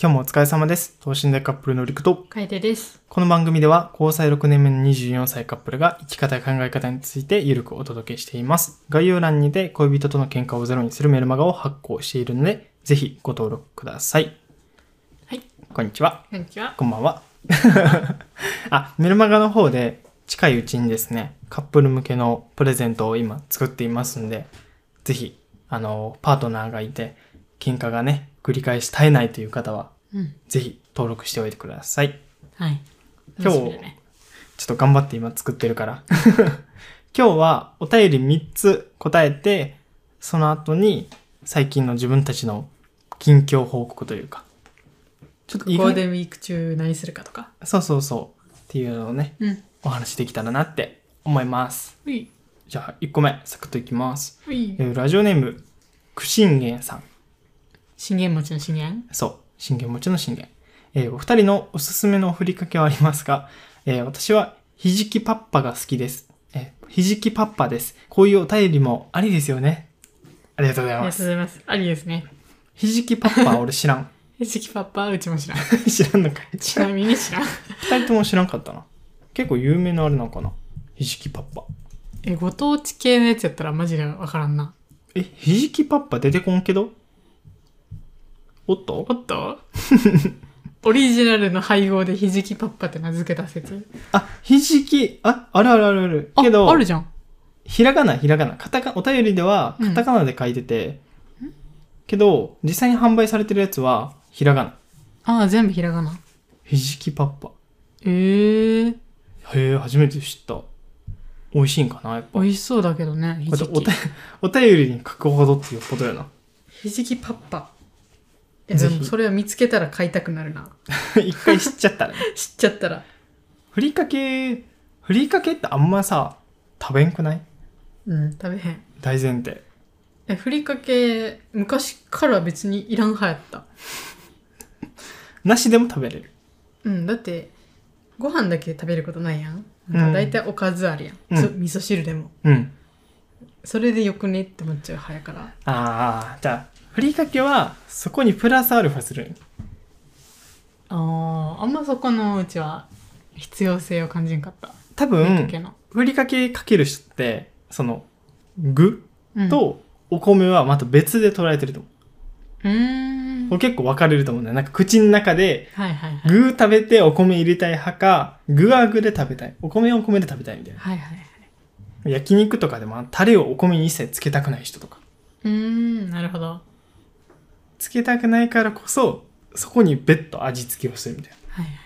今日もお疲れ様です。等身大カップルのりくと、楓です。この番組では交際6年目の24歳カップルが生き方や考え方についてゆるくお届けしています。概要欄にて恋人との喧嘩をゼロにするメルマガを発行しているので、ぜひご登録ください。はい。こんにちは。こんにちは。こんばんは。 あ、メルマガの方で近いうちにですね、カップル向けのプレゼントを今作っていますんで、ぜひ、あの、パートナーがいて、喧嘩がね、繰り返し絶えないという方は、うん。ぜひ登録しておいてください。はい。今日楽しみだねちょっと頑張って今作ってるから。 今日はお便り3つ答えて、その後に最近の自分たちの近況報告というか、ちょっと意ゴール外デンウィーク中何するかとか。そうそうそうっていうのをね、うん。お話できたらなって思います。うい。じゃあ、1個目、サクッといきます。ういえ。ーラジオネーム、苦信玄さん。信玄餅の信玄そう、信玄持ちの信玄。えーお二人のおすすめのふりかけはありますが、えー私はひじきパッパが好きです。えーひじきパッパです。こういうお便りもありですよね。ありがとうございあまりがとうごす。ざいます。ありですね。ひじきパッパ俺知 らん。ひじきパッパうちも知らん。 知らんのかい。ちなみに知らん。二人とも知らんかったな。結構有名なあれなのかな。ひじきパッパ。え、ご当地系のやつやったらマジでわからんな。え、ひじきパッパ出てこんけどおっとおっ とオリジナルの配合でひじきパッパって名付けた説。あ、ひじき、あ、あるあるあるある。けど、あ、あるじゃん。ひらがな、ひらがな。カタカお便りでは、うんカタカナで書いてて、けど、実際に販売されてるやつは、ひらがな。ああ、全部ひらがな。ひじきパッパ。ええー。へえ、初めて知った。美味しいんかな、やっぱ。美味しそうだけどね、ひこじうやっきて。 お便お便りに書くほどっていうことやな。 ひじきパッパ。え、でぜひもそれを見つけたら買いたくなるな。一回知っちゃったらね。知っちゃったら。ふりかけ、ふりかけってあんまさ、食べんくないうん、食べへん。大前提。え、ふりかけ、昔から別にいらん派やった。なしでも食べれる。うん、だって、ご飯だけ食べることないやん。んなんか大体おかずあるやん。うんそ味噌汁でも。うん。それでよくねって思っちゃう派やから。ああ、じゃあ、ふりかけは、そこにプラスアルファする。あーあんまそこのうちは必要性を感じんかった。多ふりか分、けの。ふりかけかける人って、その、具うん、とお米はまた別で捉えてると思う。うーん。これ結構分かれると思うんだよ。なんか口の中で、はいはいはい。具食べてお米入れたい派か、具は具で食べたい。お米はお米で食べたいみたいな。はいはいはい。焼肉とかでも、タレをお米に一切つけたくない人とか。うーん、なるほど。つけたくないからこそ、そこに別途味付けをするみたいはいはいはい。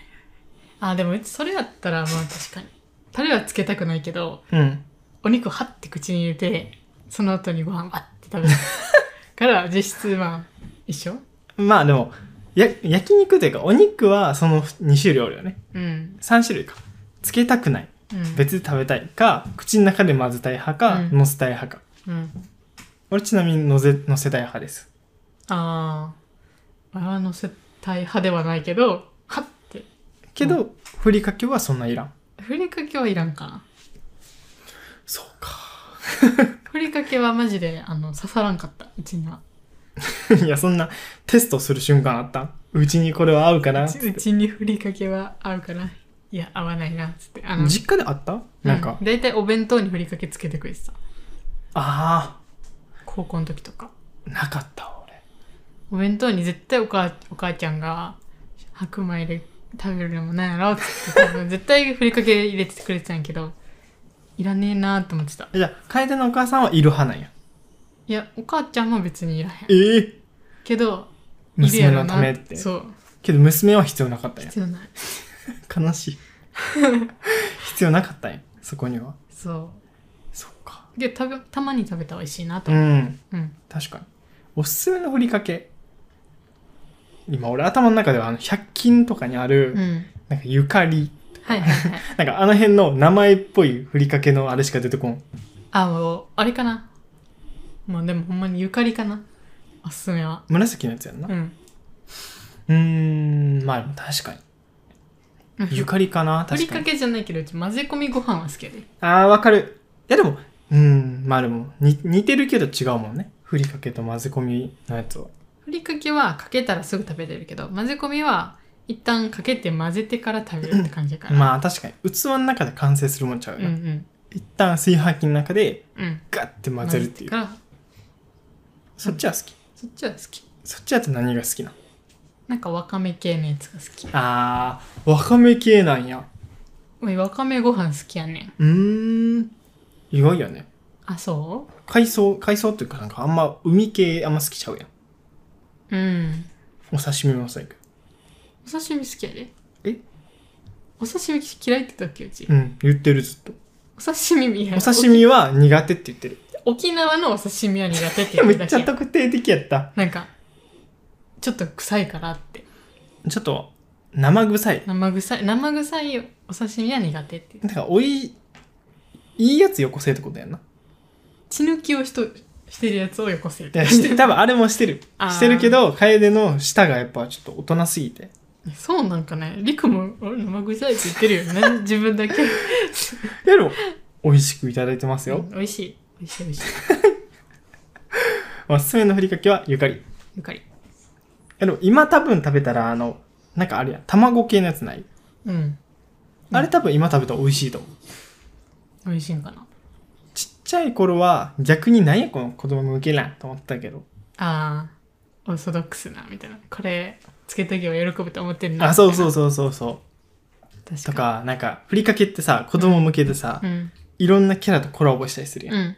あーでもうちそれやったらまあ確かに。タレはつけたくないけど、な。うん。お肉はって口に入れてその後にご飯あって食べる から実質まあ一緒まあでも、や焼肉というか、お肉はその2種類あるよね。うん、 3種類か。つけたくない。うん、別で食べたいか、口の中で混ぜたい派か、うん乗せたい派か。うん、俺ちなみに乗せ乗せたい派ですあああの接待派ではないけどはってけど、ふりかけはそんないらんふりかけはいらんかなそう かふりかけはマジであの刺さらんかったうちにはいやそんなテストする瞬間あったうちにこれは合うかなうちうちにふりかけは合うかないや合わないなっつってあの実家であったなんか、う大体お弁当にふりかけつけてくれてたあ高校の時とかあなかったわ俺お弁当に絶対おかお母ちゃんが白米で食べるのもなんやろっつって多分絶対ふりかけ入れてくれてたんやけどいらねえなと思ってたじゃあ楓のお母さんはいる派なんやいやお母ちゃんも別にいらへんええけどいる娘やろのなためってそうけど娘は必要なか ったんや必要ない悲しい 必要なかったんやそこにはそそうかうで食べたまに食べたら美味しいなとう思んううん確かにおすすめのふりかけ今俺頭の中ではあの100均とかにある、うん、なんかゆかりはいはいはいなんかあの辺の名前っぽいふりかけのあれしか出てこん。あもうあれかなもうでもほんまにゆかりかなおすすめは紫のやつやんな。ううんーん、まあでも確かに。ゆかりかな、 ふ確りかかに。けじゃないけどうち混ぜ込みご飯は好きやでああ、わかる。いやでも、うーん、まあでも、に似てるけど違うもんね。ふりかけと混ぜ込みのやつは。ふりかけはかけたらすぐ食べれるけど混ぜ込みは一旦かけて混ぜてから食べるって感じやから、まあ確かに器の中で完成するもんちゃううんよ、うん一旦炊飯器の中でうんガッて混ぜるっていうからそっちは好きそっちは好きそっちやと何が好きなのなんかわかめ系のやつが好きあーわかめ系なんやおいわかめご飯好きやねんうーん意外やねあそ海藻海藻っていうかなんかあんま海系あんま好きちゃうやんううんお刺身もそうやけどお刺身好きやでえお刺身嫌いって言ったっけうち、うん言ってるずっとお刺身いやお刺身は苦手って言ってる沖縄のお刺身は苦手って言めうっだちゃけ特定的 やったなんかちょっと臭いからってちょっと生臭い生臭い生臭いお刺身は苦手ってなんかおいいいやつよこせってことやんな血抜きをしとしてるやつをよこせる いやして多分あれもしてるあーしてるけど楓の舌がやっぱちょっと大人すぎてそうなんかねりくも俺生臭いって言ってるよ ね自分だけい やでも美味しくいただいてますよ、うん美味しい美味しい美味しいおすすめのふりかけはゆかりいゆかりやでも今多分食べたらあのなんかあれやん卵系のやつないうんあれ多分今食べたら美味しいと思う美味しいんかなちっちゃい頃は逆に何やこの子供向けなんと思ってたけどあーオーソドックスなみたいなこれつけとけば喜ぶと思ってるなあそうそううそうそうそう確かとにかなんかふりかけってさ子供向けでさ、うんいろんなキャラとコラボしたりするやん、うん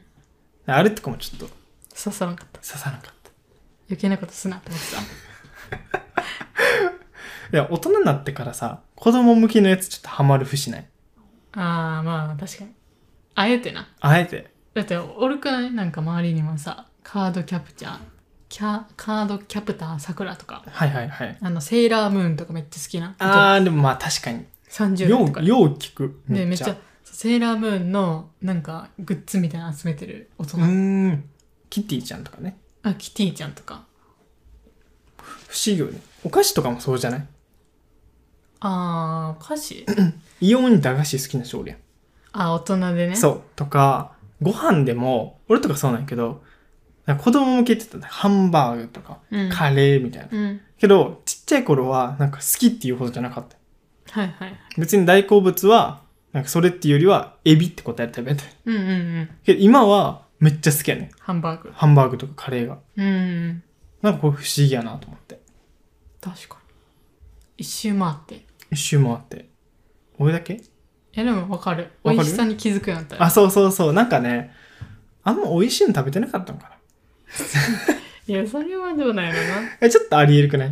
あれとかもちょっと刺刺さなかったさなかった余計なことすなと思っていたや大人になってからさ子供向けのやつちょっとハマるふしないああまあ確かにあえてなあえてだっておるくないなんか周りにもさカードキャプチャーキャカードキャプターさくらとかはいはいはいあのセーラームーンとかめっちゃ好きなあーでもまあ確かに30よ代とかうよう聞くでめっちゃセーラームーンのなんかグッズみたいなの集めてる大人、うーんキティちゃんとかねあキティちゃんとか不思議よねお菓子とかもそうじゃないあーお菓子イオンに駄菓子好きな人おるやんあ大人でねそう。とか、ご飯でも、俺とかそうなんやけど、なんか子供向けって言ったらハンバーグとか、うんカレーみたいな。うんけど、ちっちゃい頃は、なんか好きっていうほどじゃなかった。はいはいはい別に大好物は、なんかそれっていうよりは、エビって答えて食べて。うんうんうんけど今は、めっちゃ好きやねん。ハンバーグハンバーグとかカレーが。うんうんなんかこれ不思議やなと思って。確かに一周回って一周回って。俺だけえでも分かるわかる美味しさに気づくようになったあ、そうそうそう。なんかね、あんま美味しいの食べてなかったのかな。いやそれはどうなんやろなえ、ちょっとありえるくないう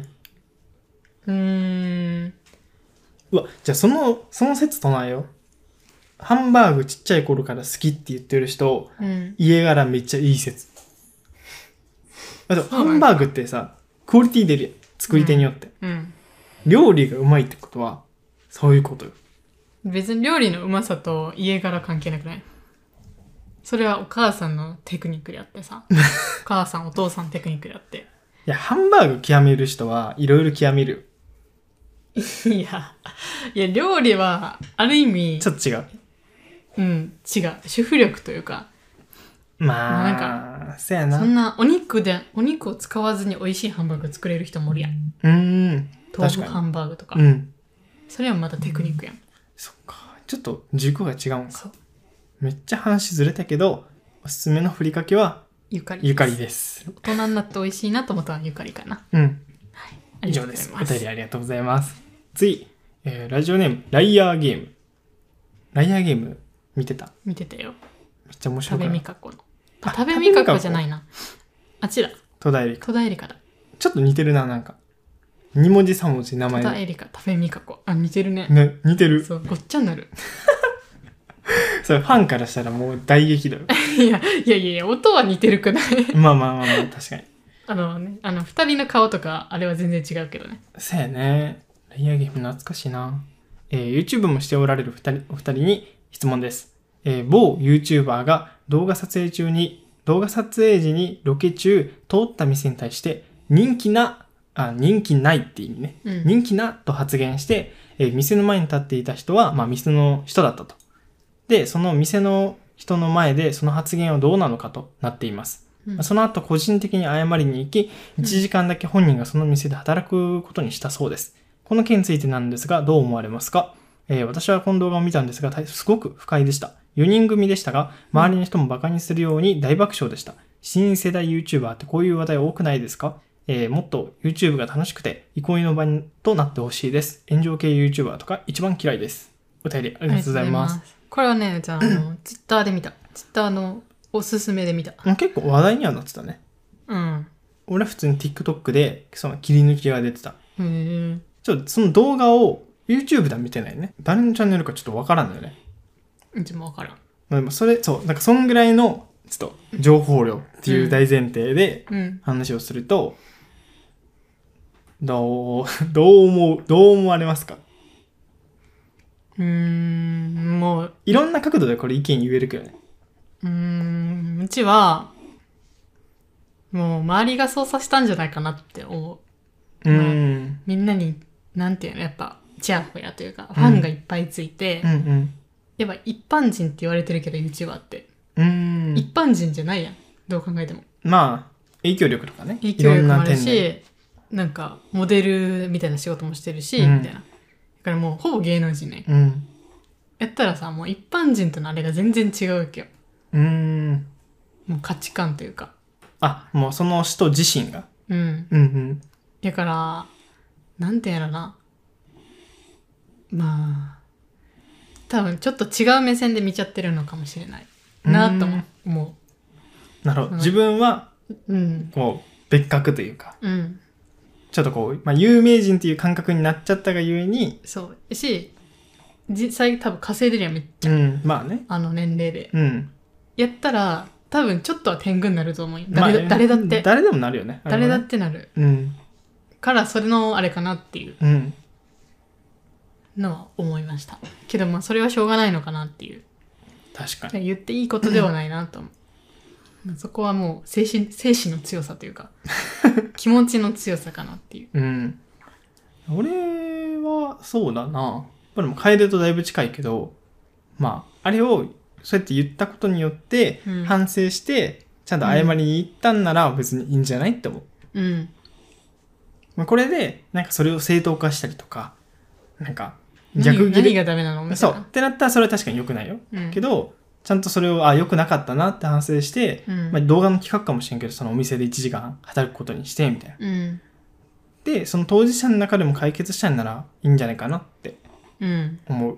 ーんうわ、じゃあその、その説唱えよう。ハンバーグちっちゃい頃から好きって言ってる人、うん家柄めっちゃいい説。あと、そうハなんだンバーグってさ、クオリティ出るやん。作り手によって。うん料理がうまいってことは、そういうことよ。別に料理のうまさと家柄関係なくないそれはお母さんのテクニックであっ てさお母さんお父さんのテクニックであっていや、ハンバーグ極める人はいろいろ極めるよ。いやいや料理はある意味ちょっと違う。うん違う主婦力というかまあ、まなんか、そやな。そうんなお肉でお肉を使わずに美味しいハンバーグ作れる人もおるやんーん。豆確腐ハかンバーグとかに。うん。それはまたテクニックやんそっか。ちょっと軸が違うんか。そうめっちゃ話ずれたけど、おすすめのふりかけは、ゆかりですゆかりです。大人になって美味しいなと思ったのはゆかりかなうん。あ以りが上でとうございす。おま便りありがとうございます。次、えーラジオネーム、ライアーゲーム。ライアーゲーム、見てた。見てたよめっちゃ面白食かべみった。かこの。ああ食べみかこじゃないな。あちら、戸田恵梨香。戸田恵梨香だ。ちょっと似てるな、なんか。二文字三文字名戸前田恵梨香、食べみかこ。あ、似てるね。ね、似てる。 そう、ごっちゃになる。 それファンからしたらもう大激怒よ。いや、いやいやいや、音は似てるくない まあまあまあまあ、確かに。あのね、あの、二人の顔とか、あれは全然違うけどね。そうやね。ライアーゲーム懐かしいな。えー YouTube もしておられる二人お二人に質問です。えー某 YouTuber が動画撮影中に、動画撮影時にロケ中通った店に対して人気な、あ、人気ないって意味ね。うん人気なと発言して、えー店の前に立っていた人は、まあ店の人だったと。で、その店の人の前でその発言はどうなのかとなっています。うんまあその後個人的に謝りに行き、1時間だけ本人がその店で働くことにしたそうです。この件についてなんですが、どう思われますか、えー私はこの動画を見たんですが、大すごく不快でした。4人組でしたが、周りの人もバカにするように大爆笑でした。新世代 YouTuber ってこういう話題多くないですかえーもっと YouTube が楽しくて、憩いの場にとなってほしいです。炎上系 YouTuber とか一番嫌いです。お便りありがとうございます。す。これはね、じゃあ、あの、 ツイッターで見た。ツイッターのおすすめで見た。うん結構話題にはなってたね。うん。俺は普通に TikTok でその切り抜きが出てた。へえ。ちょっとその動画を YouTube では見てないね。誰のチャンネルかちょっとわからんのよね。うちもわからん。まあでもそれ、そう、なんかそんぐらいの、ちょっと情報量っていう大前提でうん。話をすると、どう、どう思う、どう思われますかうーん、もう、いろんな角度でこれ意見言えるけどね。うーん、うちは、もう周りが操作したんじゃないかなって思う。うーん。みんなに、なんていうの、やっぱ、チヤホヤというか、ファンがいっぱいついて、うんうん。やっぱ一般人って言われてるけど、YouTuber って。うーん。一般人じゃないやん。どう考えても。まあ、影響力とかね。影響力もあるいろんな点で。し、なんか、モデルみたいな仕事もしてるし、うんみたいな。だからもう、ほぼ芸能人ね。うん。やったらさ、もう一般人とのあれが全然違うわけよ。うーん。もう価値観というか。あ、もうその人自身が。うん。うんうん。だから、なんてやらな。まあ、多分ちょっと違う目線で見ちゃってるのかもしれない。なとも思なるほうど。ん自分は、う。うん。こう、別格というか、うん。ちょっとこう、まあ、有名人っていう感覚になっちゃったがゆえに、そう。し、実際多分稼いでるやんめっちゃ、うん、まあね。あの年齢で。うん。やったら、多分ちょっとは天狗になると思うよ。まあ誰だ,、ね誰だって。誰でもなるよね。あれ誰だはっね。てなる。うん。から、それのあれかなっていううん。のは思いました。けど、まあ、それはしょうがないのかなっていう。確かに。言っていいことではないなと思うそこはもう精神精神の強さとい うか気持ちの強さかなっていううん。俺は、そうだな。これも楓とだいぶ近いけど、まあ、あれを、そうやって言ったことによってうん、反省して、ちゃんと謝りに行ったんなら別にいいんじゃないって思う。うんまあ、これで、なんかそれを正当化したりとか、なんか、何逆ギが何レ。がダメなのみたそ。いうっなてなったらそれは確かに良くないよ。うんけど、ちゃんとそれを、あ、良くなかったなって反省して、うんまあ、動画の企画かもしれんけど、そのお店で1時間働くことにして、みたいな。うんで、その当事者の中でも解決したんならいいんじゃないかなってうん思う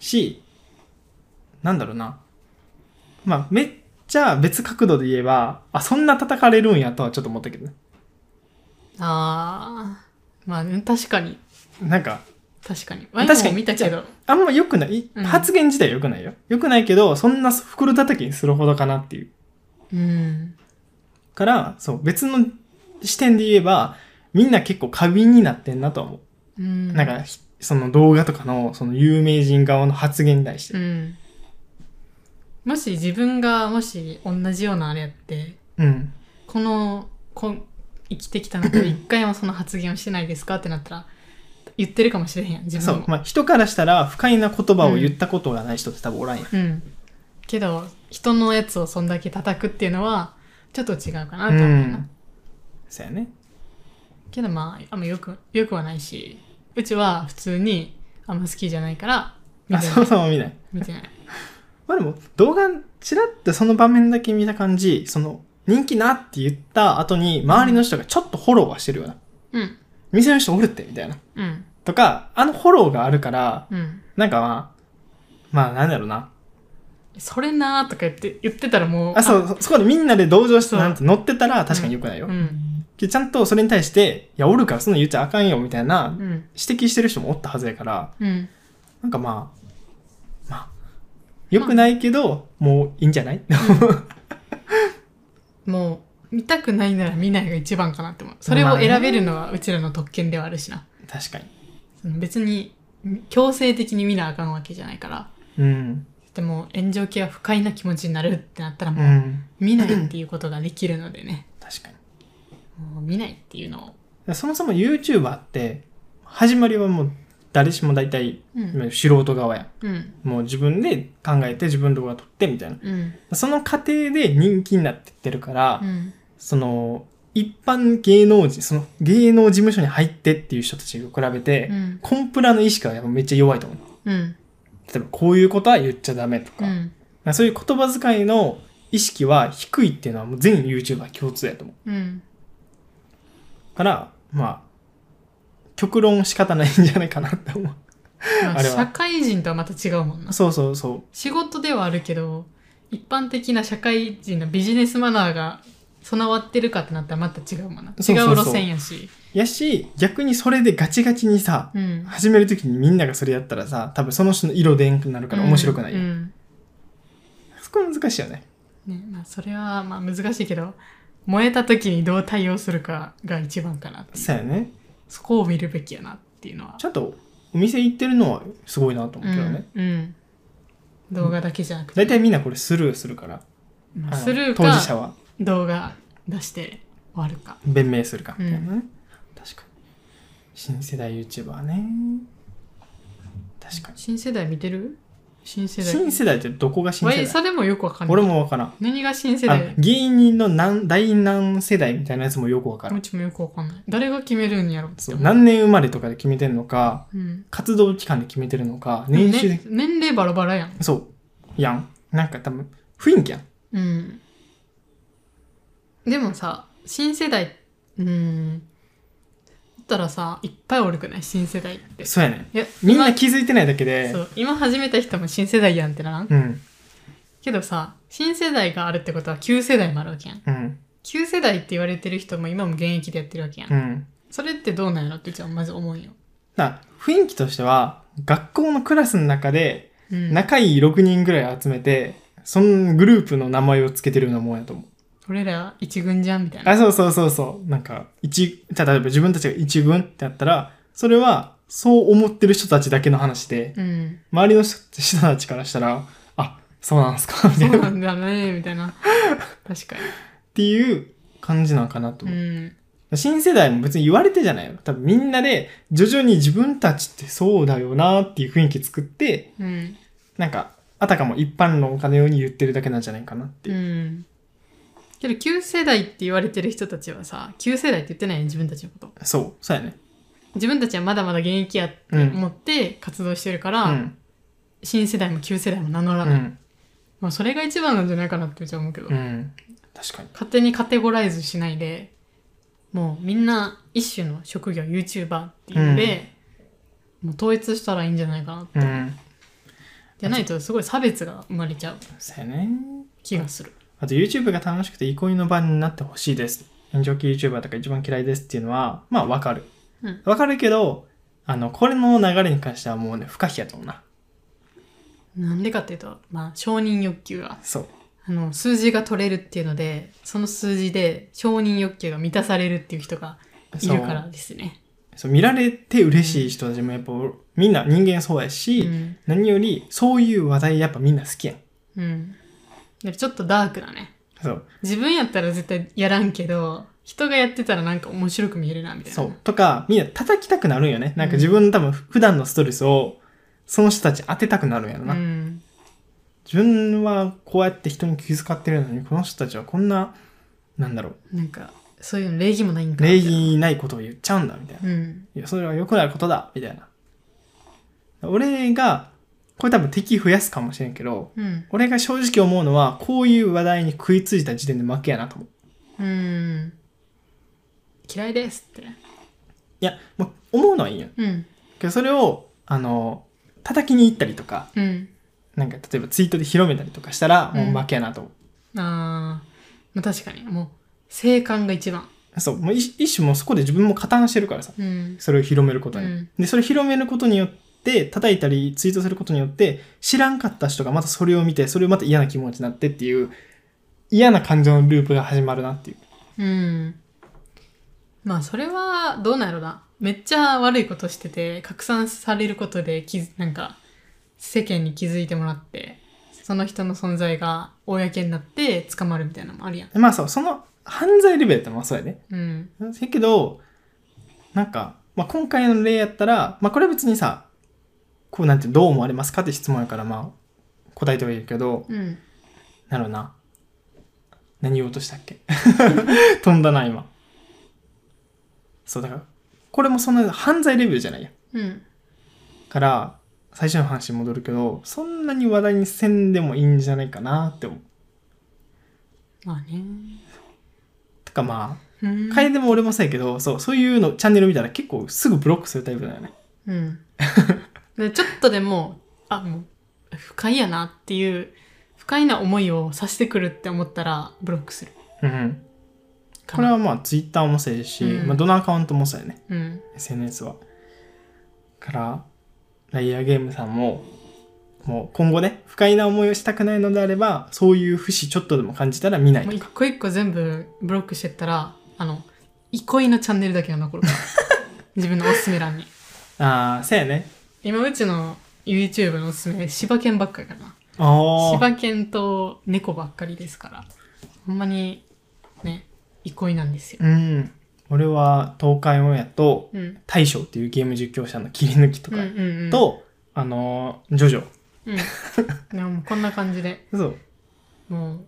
し、なんだろうな。まあ、めっちゃ別角度で言えば、あ、そんな叩かれるんやとはちょっと思ったけどね。あーまあね確かになんか、確かにワイ確ンかにも見たけどあんま良くない、うん発言自体良くないよ。良くないけど、そんな袋叩きにするほどかなっていう。うんから、そう、別の視点で言えば、みんな結構過敏になってんなとは思う。うんなんか、ひその動画とかの、その有名人側の発言に対してう。んもし自分がもし同じようなあれやってうん。このこ生きてきた中で一回もその発言をしてないですかってなったら言ってるかもしれへんやん自そ分うも。。まあ、人からしたら、不快な言葉を言ったことがない人って多分おらんやん。うん、けど人のやつをそんだけ叩くっていうのはちょっと違うかなとう思うな、ん。そうやね。けどまああんまよくよくはないしうちは普通にあんま好きじゃないから見あ、てそなもいそも見ない。見てないまあでも、動画、ちらってその場面だけ見た感じ、その、人気なって言った後に、周りの人がちょっとフォローはしてるような。うん店の人おるって、みたいな。うんとか、あのフォローがあるから、うんなんかまあ、まあなんだろうな。それなーとか言って言ってたらもうあ、そう、そそこでみんなで同情してそうなんて乗ってたら確かに良くないよ。うんけどちゃんとそれに対して、いや、おるからそんなの言っちゃあかんよ、みたいなうん指摘してる人もおったはずやから、うんなんかまあ、まあ、良くないけど、もういいんじゃないもう見たくないなら見ないが一番かなって思うそれを選べるのはうちらの特権ではあるしな 確かに。その別に強制的に見なあかんわけじゃないからうん。でも炎上系は不快な気持ちになるってなったらう。もうん見ないっていうことができるのでね確かにもう見ないっていうのをそもそも YouTuber って、始まりはもう誰しも大体うん素人側やうんもう自分で考えて自分の動画撮ってみたいなうんその過程で人気になってってるから、うんその一般芸能人その芸能事務所に入ってっていう人たちと比べて、うんコンプラの意識はやっぱめっちゃ弱いと思ううん例えばこういうことは言っちゃダメとか、うんまあそういう言葉遣いの意識は低いっていうのはもう全 YouTuber 共通やと思うんうからまあ極論仕方ないんじゃないかなって思まあ あれは社会人とはまた違うもんなうそうそうそう仕事ではあるけど一般的な社会人のビジネスマナーが備わってるかってなったらまた違うもんなそう違そううそう路線やしやし逆にそれでガチガチにさうん始める時にみんながそれやったらさ多分その人の色でんくなるから面白くない、うんうんそこ難しいよねねまあそれはまあ難しいけど燃えた時にどう対応するかが一番かなっていうそうやねそこを見るべきやなっていうのはちゃんとお店行ってるのはすごいなと思うけどね、うんうん、動画だけじゃなくて、大体みんなこれスルーするからまああのスルー当事者かは動画出して終わるか弁明するかみたいなね、確かに新世代 YouTuber ね確かに新世代見てる新世代新世代ってどこが新わ世い代それもよくわかんない俺もわからん何が新世あ代芸人の何第何世代みたいなやつもよくわからうんちもよくわかんない誰が決めるんやろうってそう思う何年生まれとかで決めてんのかうん、活動期間で決めてるのか年収で、ね年齢バラバラやんそうやんなんか多分雰囲気やんうんでもさ新世代うんだったらさいっぱいおるくない新世代ってそうやねいやみんな気づいてないだけでそう今始めた人も新世代やんってならんうんけどさ新世代があるってことは旧世代もあるわけやんうん旧世代って言われてる人も今も現役でやってるわけやん、うんそれってどうなんやろってうちはまず思うよ、な雰囲気としては学校のクラスの中でうん、仲いい6人ぐらい集めてそのグループの名前をつけてるようなもんやと思う俺ら一軍じゃんみたいなあそうそうそうそうなんか一じゃあ例えば自分たちが一軍ってやったらそれはそう思ってる人たちだけの話でうん周りの人人たちからしたらあそうなんすかみたそいうなっなんだねみた いな確かていう感じなんかなとに思う、うん新世代も別に言われてじゃないよ多分みんなで徐々に自分たちってそうだよなっていう雰囲気作ってうんなんかあたかも一般論かのように言ってるだけなんじゃないかなっていうう、んけど旧世代って言われてる人たちはさ旧世代って言ってないやん自分たちのことそうそうやね自分たちはまだまだ現役やってうん思って活動してるかうら、ん新世代も旧世代も名乗らうない、んまあ、それが一番なんじゃないかなってうちは思うけど、うん確かに勝手にカテゴライズしないでもうみんな一種の職業 YouTuber っていうので、もう統一したらいいんじゃないかなって、うんじゃないとすごい差別が生まれちゃうそうやね気がする、あと YouTube が楽しくて憩いの場になってほしいです。炎上系 YouTuber とか一番嫌いですっていうのは、まあわかるうん。わ、かるけど、あの、これの流れに関してはもうね、不可避やと思うな。なんでかっていうとまあ承認欲求がそう。あの数字が取れるっていうのでその数字で承認欲求が満たされるっていう人がいそうるからですねそう見られて嬉しい人たちもやっぱ、みんな人間そうやし、うん、何よりそういう話題やっぱみんな好きやん。うん、でちょっとダークだねそう。自分やったら絶対やらんけど人がやってたらなんか面白く見えるなみたいなそう。とか、みんな叩きたくなるんよね。なんか自分の多分普段のストレスを、その人たちに当てたくなるんやろな。うん自分はこうやって人に気遣ってるのに、この人たちはこんな、なんだろう。なんか、そういうの礼儀もないんかな礼。儀ないことを言っちゃうんだみたいな。うん。いや、それは良くないことだみたいな。俺が、これ多分敵増やすかもしれんけど、うん。俺が正直思うのは、こういう話題に食いついた時点で負けやなと思う。うん。嫌いですって。いや、もう思うのはいいよ。うん。けどそれを、あの、叩きに行ったりとか、うん。なんか例えばツイートで広めたりとかしたら、もんう負けやなと思う。あーまあ、確かに。もう、生還が一番。そう、もう一一種もうそこで自分も加担してるからさ。うん。それを広めることに、うんでそれを広めることによって叩いたりツイートすることによって知らんかった人がまたそれを見てそれをまた嫌な気持ちになってっていう嫌な感情のループが始まるなっていううん。まあ、それは、どうなんやろな。めっちゃ悪いことしてて、拡散されることで、きづなんか、世間に気づいてもらって、その人の存在が公になって捕まるみたいなのもあるやん。まあそうその犯罪レベルってまあそうやねうん。だけどなんかまあ、今回の例やったら、まあ、これは別にさ、こうなんてどう思われますかって質問やから、まあ、答えてはいるけど、うん。なるな。何言おうとしたっけ 飛んだな、今。そう、だから、これもそんな犯罪レベルじゃないや。うん。から、最初の話に戻るけど、そんなに話題にせんでもいいんじゃないかなって思う。まあね。てかまあ、うん。楓も俺もそうやけど、そう、そういうのチャンネル見たら結構すぐブロックするタイプだよね。うん。で、ちょっとでも、あ、もう、不快やなっていう、不快な思いをさせてくるって思ったら、ブロックするうん。かこれな。はまあ、ツイッターもそうやし、うんまあ、どのアカウントもそうやね。うん。 SNS は。から、ライヤーゲームさんも、もう今後ね、不快な思いをしたくないのであれば、そういう節ちょっとでも感じたら見ないもうと一か。個一個全部ブロックしてったら、あの、憩いのチャンネルだけ が残るから。自分のおすすめ欄に。ああ、そうやね。今うちの YouTube のおすすめ、柴犬ばっかりかな。ああ。柴犬と猫ばっかりですから。ほんまに、ね、憩いなんですよ。うん。俺は東海オンエアと、うん。大将っていうゲーム実況者の切り抜きとうかん、うんうん。と、あのージョジョ。うん。でももうこんな感じで。そう。もう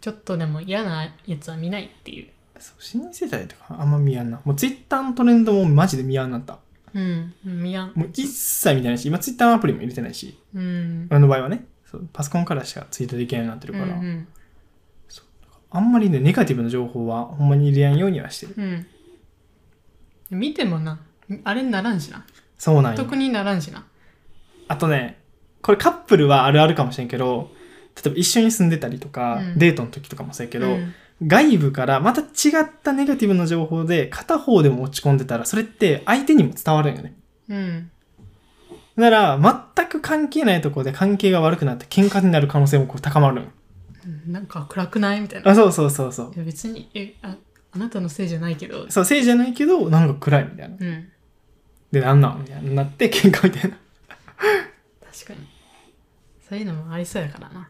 ちょっとでも嫌なやつは見ないっていうそう新世代とかあんま見やんな。もうツイッターのトレンドもマジで見やんなった。うん見やんもう一切見てないし、今ツイッターのアプリも入れてないし、うん俺の場合はね、そうパソコンからしかツイートできないようになってるうんかうら、んあんまりね、ネガティブな情報はほんまに入れないようにはしてる。うん見てもなあれにならんしなそうなんよ特にならんしなあとね、これカップルはあるあるかもしれんけど、例えば一緒に住んでたりとか、うんデートの時とかもそうやけど、うん外部からまた違ったネガティブな情報で片方でも落ち込んでたら、それって相手にも伝わるんよね。うんだから、全く関係ないところで関係が悪くなって喧嘩になる可能性もこう高まるんようんなんか暗くないみたいなあ、そうそうそうそう。いや別にえああなたのせいじゃないけどそう、せいじゃないけど、なんか暗いみたいな。うんで、なんなんみたいになって喧嘩みたいな。確かにそういうのもありそうやからな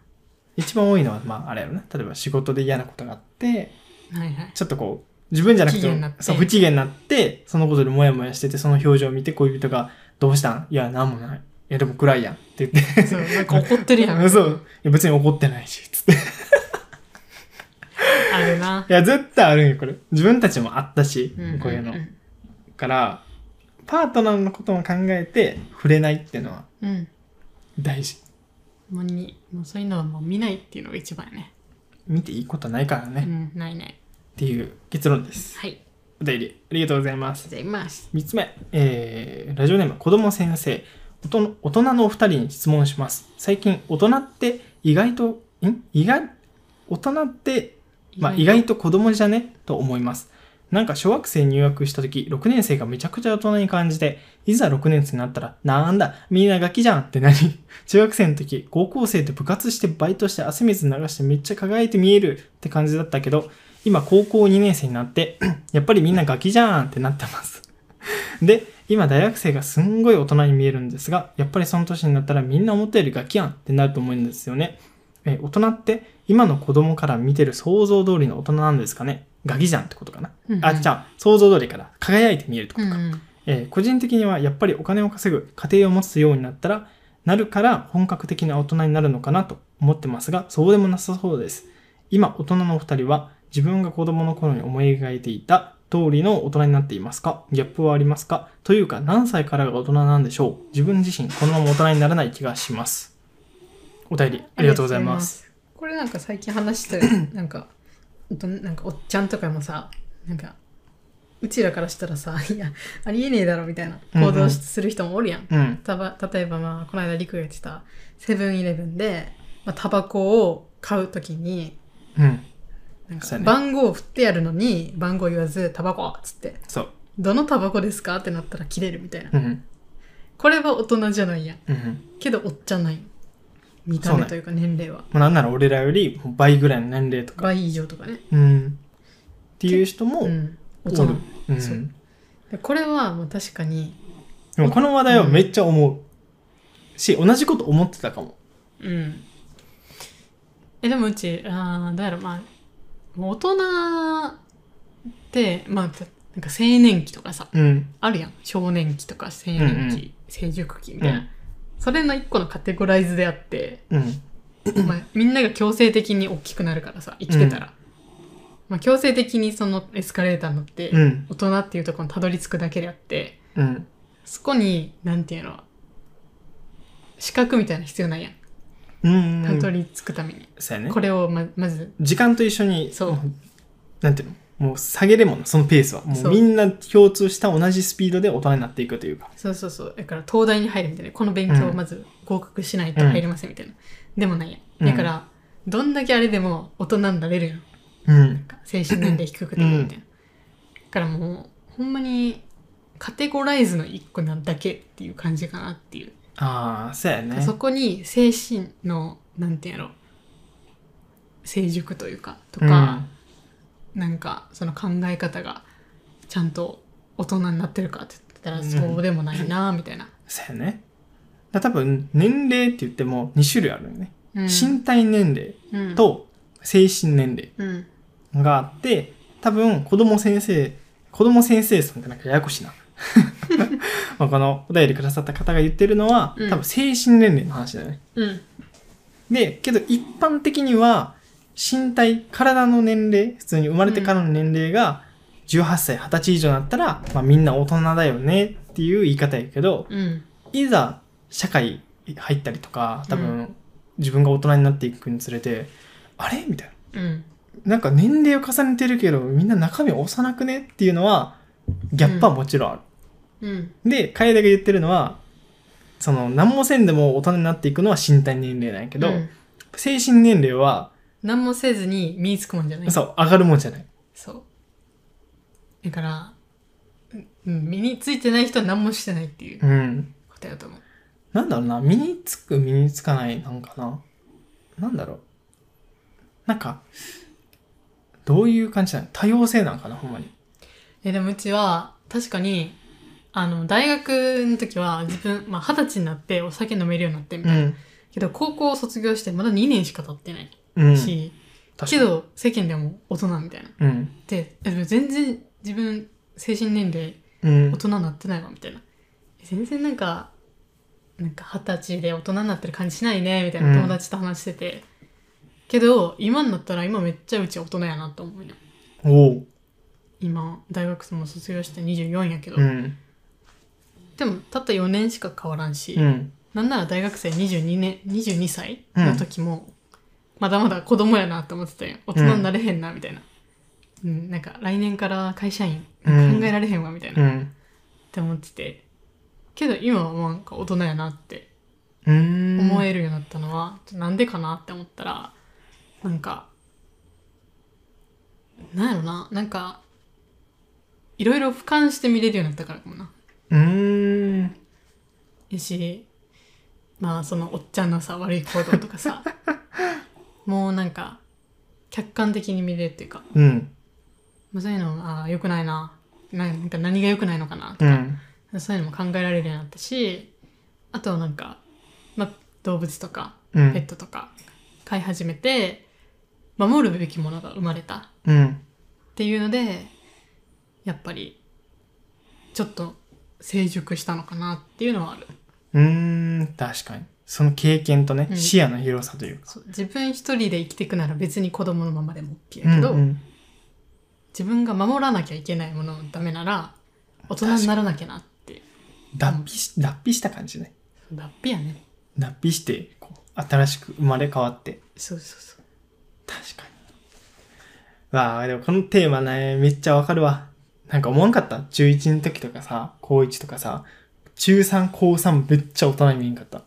一番多いのは、まあ、あれやろね。例えば仕事で嫌なことがあって、はいはいちょっとこう、自分じゃなく不機て嫌にもなってそう、不機嫌になって、そのことでモヤモヤしてて、その表情を見て恋人が、どうしたんいや、なんもない。いや、でも暗いやん。って言って。そうなんか怒って るやんそう。いや、別に怒ってないし。つって。いあるなや、絶対あるんよ、これ。自分たちもあったし、うんこういうのう。んから、パートナーのことも考えて、触れないっていうのはうん大事。ほんまにもうそういうのはもう見ないっていうのが一番やね見ていいことないからね。っうんないないていう結論です。はい、おありが便り、ありがとうございますとう。ございます。 3つ目、えーラジオネーム子供先生おと大人のお二人に質問します最近大人って意外とん意外大人って、まあ、意外と子供じゃねと思いますなんか小学生入学した時6年生がめちゃくちゃ大人に感じていざ6年生になったらなんだみんなガキじゃんってなり 中学生の時高校生と部活してバイトして汗水流してめっちゃ輝いて見えるって感じだったけど今高校2年生になって やっぱりみんなガキじゃんってなってます で、今大学生がすんごい大人に見えるんですが、やっぱりその年になったらみんな思ったよりガキやんってなると思うんですよね。えー大人って今の子供から見てる想像通りの大人なんですかねガキじゃんってことかな。うんうんあ、じゃあ、想像通りから輝いて見えるってこうとんか。うんえー個人的にはやっぱりお金を稼ぐ家庭を持つようになったらなるから本格的な大人になるのかなと思ってますがそうでもなさそうです今大人のお二人は自分が子供の頃に思い描いていた通りの大人になっていますかギャップはありますかというか何歳からが大人なんでしょう自分自身このまま大人にならない気がしますお便りありがとうございます。これなんか最近話 したよなんか、ほんとなんかおっちゃんとかもさ、なんか、うちらからしたらさ、いや、ありえねえだろみたいな行動しする人もおるやん。うんたば例えばまあ、この間リクが言ってた、セブンイレブンで、まあ、タバコを買うときに、うんなんかそうやね番号を振ってやるのに、番号言わず、タバコっつって、そうどのタバコですかってなったら切れるみたいな。うんこれは大人じゃないやん。うんもけどおっちゃんない見た目というか年齢はうなんなら俺らよりもう倍ぐらいの年齢とか、倍以上とかね、うん、っていう人もうん、お大人るうそうんでこれはもう確かにでもこの話題はめっちゃ思う、し同じこと思ってたかもうんえでもうちあーどうやろまあもう大人ってまあたなんか青年期とかさ、うん。あるやん。少年期とか青年期、うんう成熟期みたいな。それの一個のカテゴライズであって、うん。まあ、みんなが強制的に大きくなるからさ、生きてたら。まあ、強制的にそのエスカレーターに乗って、うん。大人っていうところにたどり着くだけであって、うん。そこに、なんていうの、資格みたいな必要ないやん。うん。たどり着くために。そうやねこ。れをままず、時間と一緒に、そうなんていうのもう下げれもんな、そのペースは。もそううみんな共通した同じスピードで大人になっていくというか。そうそうそう。だから東大に入るみたいな。この勉強をまず合格しないと入れませんみたいな。でもないやん。だから、どんだけあれでも大人になれるやん。うん。精神年齢低くてもみたいな。だからもう、ほんまに、カテゴライズの一個なだけっていう感じかなっていう。ああ、そうやね。そこに精神の、なんていうんやろ、成熟というか、とか、なんかその考え方がちゃんと大人になってるかって言ったらそうでもないなみたいな、そうやね。だから多分、年齢って言っても2種類あるよね。うん、身体年齢うん、と精神年齢うんがあって、多分、子供先生、子供先生さんってなんかややこしいな。 まあこのお便りくださった方が言ってるのは、うん多分精神年齢の話だよね。うんで、けど一般的には、身体、体の年齢、普通に生まれてからの年齢が、18歳、20歳以上になったら、まあみんな大人だよねっていう言い方やけど、うんいざ社会入ったりとか、多う分自分が大人になっていくにつれて、あれみたいな。うんなんか年齢を重ねてるけど、みんな中身幼くねっていうのは、ギャップはもちろんある。うんで、楓が言ってるのは、その、何もせんでも大人になっていくのは身体年齢なんやけど、うん精神年齢は、何もせずに身につくもんじゃないそう、上がるもんじゃない。そうだから、うん、身についてない人は何もしてないっていううん。ことやと思うなんだろうな、身につく、身につかないなんかな。なんだろう。なんか、どういう感じなの多様性なんかな、ほんまに。えでもうちは確かにあの大学の時は自分まあ二十、歳になってお酒飲めるようになってみたいな、ん。けど高校を卒業してまだ2年しか経ってないうん。し、確かけに。ど世間ではもう大人みたいな。うん。で、でも全然自分精神年齢うん大。人になってないわみたいな。全然なんか、なんか二十歳で大人になってる感じしないねみたいうんな友達と話してて。けど今になったら今めっちゃうち大人やなと思うよ。おう。今大学も卒業して24やけど、うん。でもたった4年しか変わらんし、うん。なんなら大学生22年22歳の時も、まだまだ子供やなと思ってたよ大人になれへんなみたいな、うんなんか来年から会社員、うん考えられへんわみたいな、うっん。て思っててけど今はもうなんか大人やなってうーん。思えるようになったのは、ちょっとなんでかなって思ったらなんかなんやろななんかいろいろ俯瞰して見れるようになったからかもなうーん。やしまあそのおっちゃんのさ悪い行動と かさもうなんか客観的に見れるっていうかうん。もうそういうのああ良くないなななんか何が良くないのかなとうか、ん。そういうのも考えられるようになったしあとはなんか、まあ、動物とかうペッん。トとか飼い始めて守るべきものが生まれたっうん。ていうのでやっぱりちょっと成熟したのかなっていうのはある。うーん。確かに。その経験とね、うん視野の広さというか。そう自分一人で生きていくなら別に子供のままでもう OK やけんど、うん。自分が守らなきゃいけないもののためなら大人にならなきゃなって脱皮し、脱皮した感じね。脱皮やね脱皮して、こう、新しく生まれ変わって。そうそうそう確かに。わあ、でもこのテーマね、めっちゃわかるわ。なんか思わんかった中1の時とかさ、高1とかさ、中3、高3めっちゃ大人に見えんかった。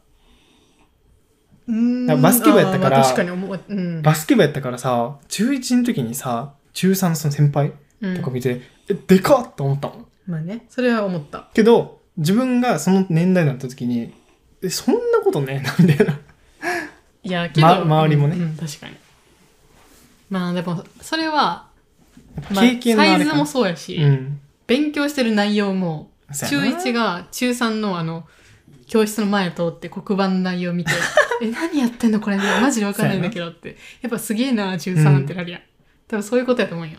うんだからバスケ部やったからあーまあ確かに思ううんバスケ部やったからさ、中1の時にさ、中3のその先輩うんとか見て、え、でかっと思ったもん。まあねそれは思ったけど、自分がその年代になった時に、え、そんなことねえな、みたいな。いやけど、ま周りもねうんうん確かにまあでもそれは、まあ、経験のあれサかイなズもそうやし、うん。勉強してる内容もそう中やな1が中3のあの教室の前を通って黒板の内容を 見て「え何やってんのこれ、マジで分かんないんだけど」ってやっぱすげえな中3ってなるやん、多分そういうことやと思うんよ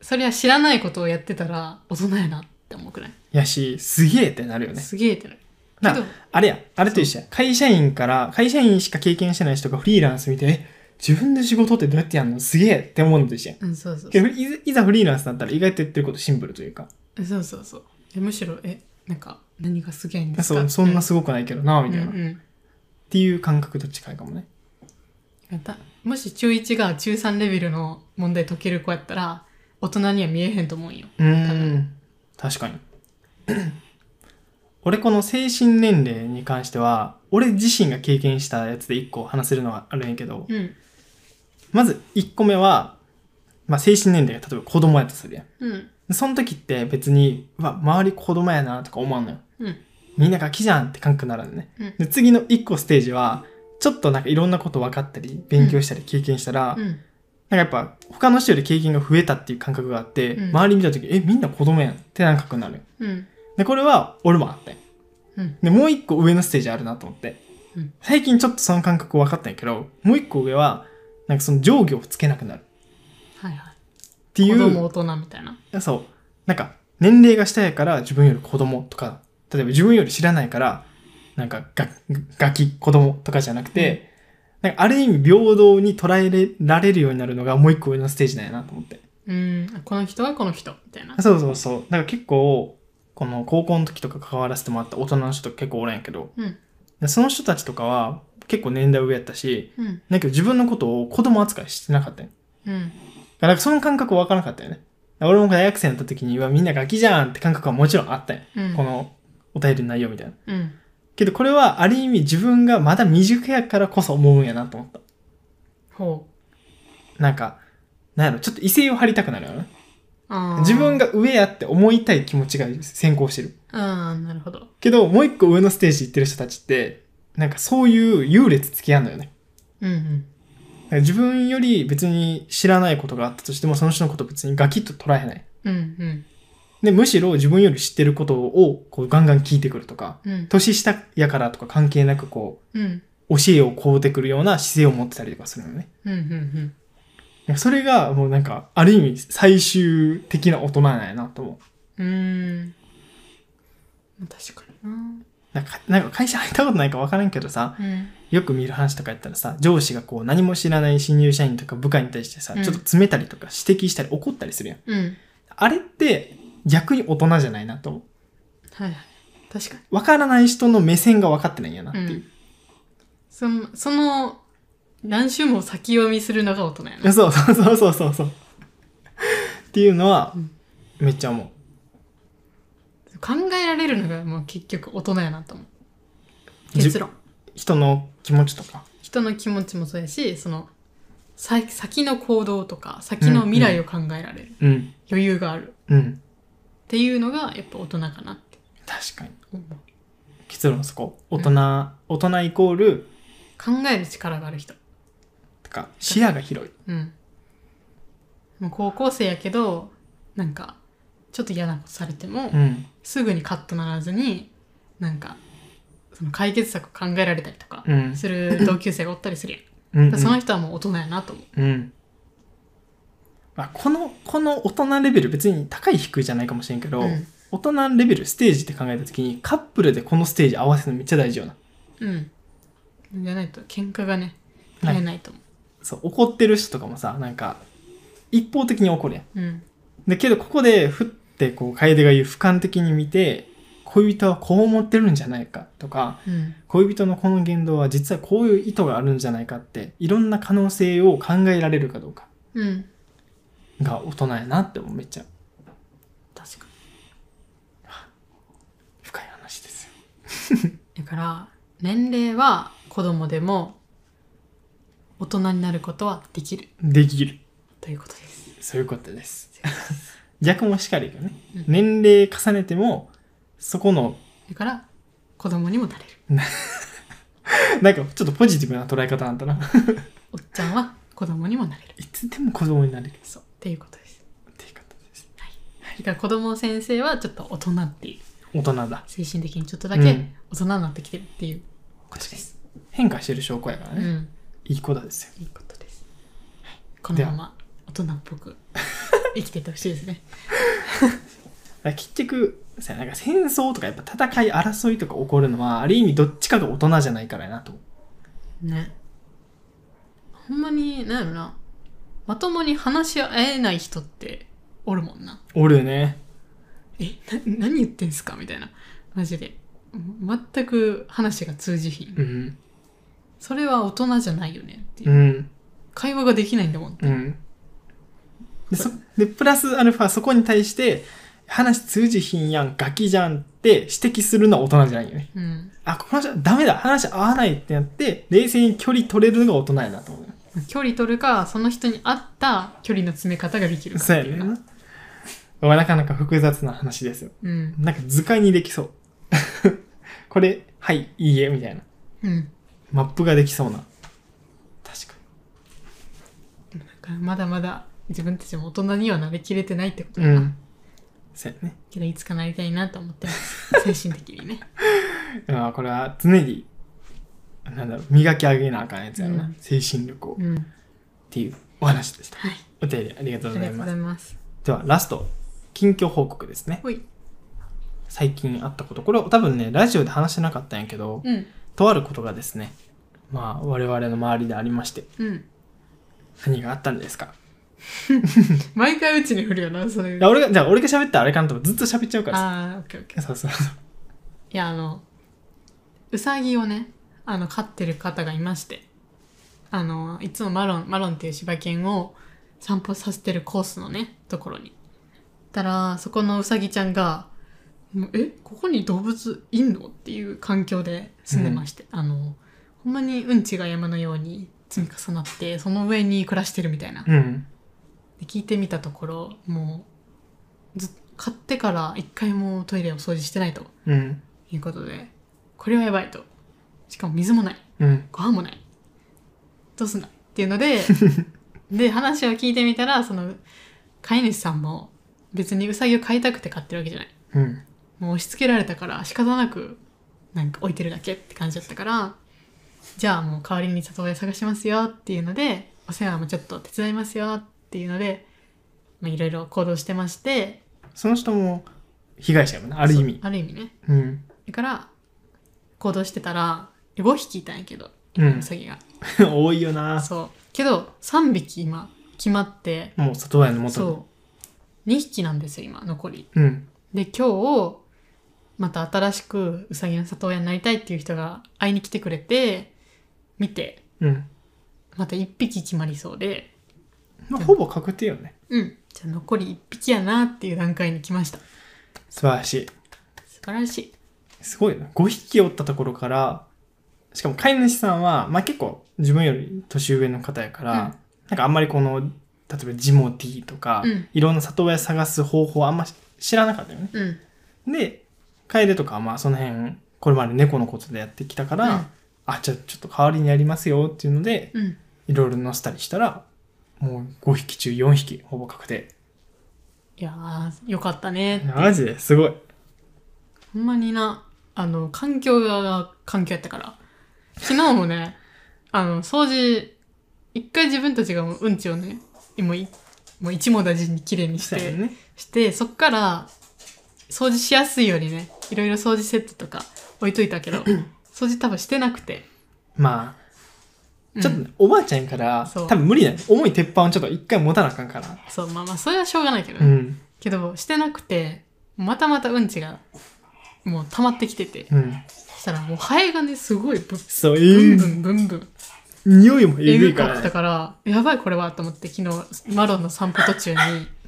それは知らないことをやってたら大人やなって思うくらい、やし、すげえってなるよね。すげえってなるけなどあれや、あれと一緒や。会社員から、会社員しか経験してない人がフリーランス見て、え、自分で仕事ってどうやってやんのすげえって思うのと一緒や。うんそうそうけどいざいざフリーランスだったら意外と言ってることシンプルというか、そうそうそうえむしろえなんか何がすげえんですそかうそんなすすごくないけどな、ごみたいな、うっんうんていう感覚と近いかもね。やったもし中1が中3レベルの問題解ける子やったら大人には見えへんと思うんようーん、確かに。 俺この精神年齢に関しては、俺自身が経験したやつで一個話せるのはあるんやけど、うんまず一個目は、まあ、精神年齢が例えば子供やとするやん。うんその時って別に、うわ、周り子供やなとか思わんのよ。うんみんなガキじゃんって感覚になるのね。うんで、次の一個ステージは、ちょっとなんかいろんなこと分かったり、勉強したり経験したら、うんなんかやっぱ他の人より経験が増えたっていう感覚があって、うん周り見た時、え、みんな子供やんって感覚になる。うんで、これは俺もあったよ。うんで、もう一個上のステージあるなと思って。うん最近ちょっとその感覚分かったんやけど、もう一個上は、なんかその上下をつけなくなるっはいはいていう。子供大人みたいなそう。なんか、年齢が下やから自分より子供とか、例えば自分より知らないから、なんかガ、ガキ、子供とかじゃなくて、なんかある意味平等に捉えれられるようになるのがもう一個上のステージなんやなと思って。うんあこの人はこの人みたいなそうそうそう。なんか結構、この高校の時とか関わらせてもらった大人の人と結構おるんやけど、うんでその人たちとかは結構年代上やったし、うんなんか自分のことを子供扱いしてなかったんようんだからなんかその感覚分からなかったよね。俺も大学生になった時に、うわ、みんなガキじゃんって感覚はもちろんあったんよ。うんこのお便りの内容みたいな。うんけどこれはある意味自分がまだ未熟やからこそ思うんやなと思った。ほうなんか、なんやろ、ちょっと威勢を張りたくなるよね。あー自分が上やって思いたい気持ちが先行してる。ああなるほどけどもう一個上のステージ行ってる人たちって、なんかそういう優劣付き合うのよね。うんうんなんか自分より別に知らないことがあったとしてもその人のこと別にガキッと捉えない。うんで、むしろ自分より知ってることをこうガンガン聞いてくるとか、うんうん年下やからとか関係なくこうんう、教えをこうてくるような姿勢を持ってたりとかするのね。うんうんいやそれがもうなんかある意味最終的な大人なんやなと思ううんうん確かにななんかなんか会社入ったことないか分からんけどさうんよく見る話とかやったらさ上司がこう何も知らない新入社員とか部下に対してさ、うんちょっと冷たりとか指摘したり怒ったりするやんうんあれって逆に大人じゃないなと思はいはい確かにう分からない人の目線が分かってないんやなっていう、その、その、何週も先読みするのが大人やいやな。そうそうそうそうそうそうっていうのはうんめっちゃ思う考えられるのがもう結局大人やなと思う。じゅ結論。人の気持ちとか人の気持ちもそうやし、その、さ先の行動とか、先の未来を考えられる。うん余裕がある。っうんていうのが、やっぱ大人かなって確かに思う。結論そこ大人、大人イコール考える力がある人。とか視野が広いうん。もう高校生やけど、なんか、ちょっと嫌なことされても、んすぐにカッとならずに、なんか、その解決策を考えられたりとか、うんする同級生がおったりするやん。だうんからその人はもう大人やなと思う。うんまあ、このこの大人レベル別に高い低いじゃないかもしれんけど、うん大人レベルステージって考えた時にカップルでこのステージ合わせるのめっちゃ大事よなうん。じゃないと喧嘩がね、はい絶えないと思そう怒ってる人とかもさなんか一方的に怒るやんう。うん。だけどここでふってこう楓が言う俯瞰的に見て恋人はこう思ってるんじゃないかとかうん。恋人のこの言動は実はこういう意図があるんじゃないかっていろんな可能性を考えられるかどうかうん。が大人やなって思うめっちゃ確か深い話ですよ。に。だから、年齢は子供でも、大人になることはできるできる。ということです。そういうことです。逆もしかりよねうん。年齢重ねても、そこの、だから、子供にもなれる。なんかちょっとポジティブな捉え方なんだな。おっちゃんは子供にもなれる。いつでも子供になれるっそう。っていうことです。ていうことです。だから子供先生はちょっと大人っていう。大人だ。精神的にちょっとだうけん大人になってきてるっていうことです。変化してる証拠やからうね。ん。いい子だですよ。いいことです。このまま大人っぽく生きていってほしいですね。だから結局さなんか戦争とかやっぱ戦い争いとか起こるのはある意味どっちかが大人じゃないからやなとね。ほんまに、なんやろな。まともに話し合えない人っておるもんな。おるねえ、な、何言ってんすかみたいな。マジで。うん全く話が通じひん。うんそれは大人じゃないよねっていうう。ん会話ができないんだもん。うんでそでプラスアルファそこに対して話通じひんやんガキじゃんって指摘するのは大人じゃないよねうん。あこの人ダメだ話合わないってなって冷静に距離取れるのが大人やなと思う距離取るか、その人に合った距離の詰め方ができるかってそうやいうねな。んな。これなかなか複雑な話ですよ。うん。なんか図解にできそう。 これ、はい、いいえ、みたいな。うん。マップができそうな。確かなんかまだまだ自分たちも大人にはなりきれてないってことに。だうな。ん。そうやね。けどいつかなりたいなと思ってます。精神的にね。まあこれは常に、なんだろう、磨き上げなあかんやつやろな。うん精神力を。っうん。ていうお話でした。はい。お手入れありがとあうりございがとうごまざす。います。では、ラスト。近況報告ですね。ほい。最近あったこと。これは多分ね、ラジオで話してなかったんやけど、うん。とあることがですね、まあ、我々の周りでありまして、うん。何があったんですか毎回うちに振るよな、それい。や俺が、じゃあ俺が喋ったらあれかなと思ってずっと喋っちゃうからさ。ああ、オッケーオッケー。そうそうそう。いや、あの、うさぎをね、あの、飼ってる方がいまして、あの、いつもマロン、マロンっていう柴犬を散歩させてるコースのね、ところに。たら、そこのうさぎちゃんが、もうえ、ここに動物いんのっていう環境で住んでまして、あの、ほんまにうんちが山のように積み重なって、その上に暮らしてるみたいな。うん。で聞いてみたところもうず買ってから一回もトイレを掃除してないとうん。いうことでこれはやばいとしかも水もないうん。ご飯もないどうすんだっていうのでで話を聞いてみたらその飼い主さんも別にウサギを飼いたくて飼ってるわけじゃないうん。もう押し付けられたから仕方なくなんか置いてるだけって感じだったからじゃあもう代わりに里親探しますよっていうのでお世話もちょっと手伝いますよっていうのでまあいろいろ行動してましてその人も被害者やもんな、ある意そう味。ある意味ねうん。だから行動してたら5匹いたんやけどうウん。サギが、 多いよな。そうけど3匹今決まってもう里親の元に。そう2匹なんですよ今残りうん。で今日また新しくうさぎの里親になりたいっていう人が会いに来てくれて見てうん。また1匹決まりそうでまあ、ほぼ確定よね。うんじゃあ残り1匹やなっていう段階に来ました素晴らしい。素晴らしいすごいよな。5匹おったところから、しかも飼い主さんは、まあ結構自分より年上の方やから、うんなんかあんまりこの、例えばジモティーとか、うんいろんな里親探す方法あんま知らなかったよね。うんで、楓とかはまあその辺、これまで猫のことでやってきたから、うんあ、じゃあちょっと代わりにやりますよっていうので、うんいろいろ乗せたりしたら、もう5匹中4匹、ほぼ確定。いやーよかったねってマジですごい。ほんまになあの環境が環境やったから昨日もねあの掃除一回自分たちがもううんちをねもういもう一網打尽にきれいにしそうてやね。してそっから掃除しやすいようにねいろいろ掃除セットとか置いといたけ ど掃除多分してなくて、まあ、うんちょっとね、おばあちゃんから、そ多う分無理だね。重い鉄板をちょっと一回持たなあかんから。そうまあまあそれはしょうがないけど、うん。けどしてなくてまたまたうんちがもう溜まってきててうん。そしたらもうハエがねすごいぶそう、えブーンブンブンブン匂いもええぐぐいか、からったね。からやばいこれはと思って昨日マロンの散歩途中に